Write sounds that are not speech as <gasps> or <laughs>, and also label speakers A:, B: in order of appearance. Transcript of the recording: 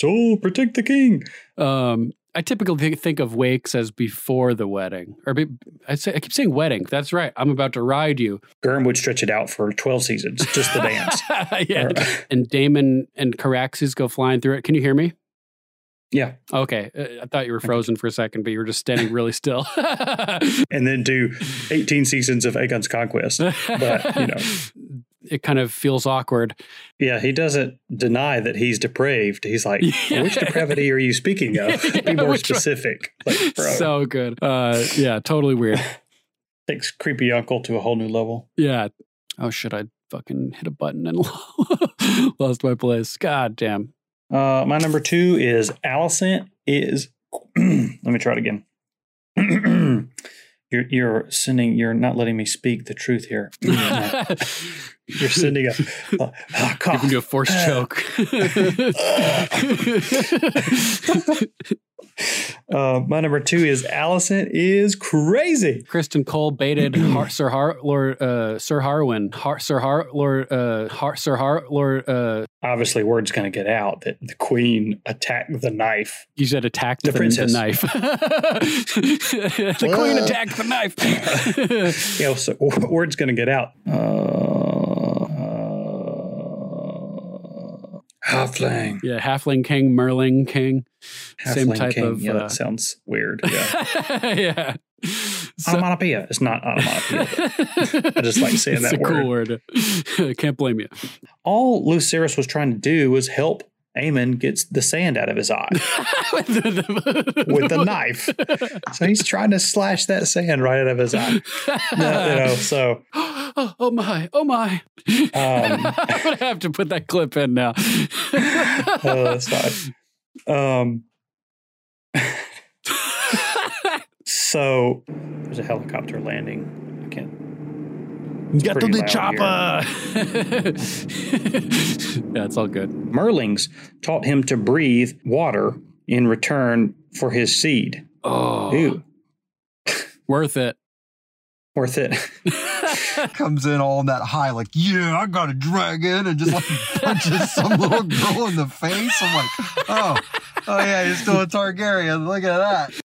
A: Joel, protect the king.
B: Um, I typically thi- think of wakes as before the wedding, or be, I say I keep saying wedding. That's right. I'm about to ride you.
C: Gurm would stretch it out for 12 seasons, just
B: <laughs>
C: the dance.
B: yeah. And Damon and Caraxes go flying through it. Can you hear me?
C: Yeah.
B: Okay. Uh, I thought you were frozen for a second, but you were just standing
A: <laughs>
B: really still.
A: And then do 18 seasons of Aegon's
B: <laughs>
A: Conquest. But, you know.
B: It kind of feels awkward.
A: Yeah, he doesn't deny that he's depraved. He's like,
B: Yeah.
A: which depravity are you speaking of?
B: <laughs> Yeah,
A: Be more
B: which one?
A: specific. Like, bro,
B: <laughs> So good. Uh, yeah, totally weird.
A: takes creepy uncle to a whole new level.
B: Yeah. Oh, shit. I fucking hit a button and <laughs> lost my place. God damn.
A: Uh, my number two is Allison is. <clears throat> let me try it again. <clears throat> you're you're sending. You're not letting me speak the truth
B: <laughs>
A: here. you're sending a, a, a
B: You can
A: cough.
B: do a forced choke.
A: Uh, my number two is Allison is crazy.
B: <laughs> Kristen Cole baited <clears throat> Har- Sir Har Lord uh, Sir Harwin Har- Sir Har Lord uh, Har- Sir Har Lord. Uh,
A: Obviously, word's going to get out that the queen attacked the knife
B: you said attacked the,
A: The
B: the
A: princess.
B: knife. <laughs> the queen attacked the knife.
A: Yeah, so <laughs> word's going to get out. Uh, uh, halfling.
B: <laughs> yeah, halfling king, merling king. <laughs> Same
A: Halfling
B: type
A: king.
B: of,
A: yeah,
B: uh,
A: that sounds weird. Yeah.
B: yeah. <laughs> So-
A: onomatopoeia. It's not onomatopoeia. I just like saying
B: It's
A: that
B: a cool word. <laughs> Can't blame you.
A: All Lucerus was trying to do was help Aemon get the sand out of his eye
B: with the,
A: with
B: <laughs>
A: a knife. So he's trying to slash that sand right out of his
B: <laughs>
A: eye. No, you know, so
B: oh, <gasps> oh my, oh my.
A: Um,
B: <laughs> I'm going to have to put that clip in now.
A: oh, that's fine. Um, so there's a helicopter landing. I can't
B: Get
A: pretty
B: to the
A: loud
B: chopper. <laughs> yeah, it's all good.
A: Merlings taught him to breathe water in return for his seed.
B: Oh,
A: Ew,
B: worth it.
A: worth it. <laughs>
D: Comes in all in that high, like, yeah, I got a dragon, and just like punches some little girl in the face. I'm like, oh, oh yeah, you're still a Targaryen. Look at that.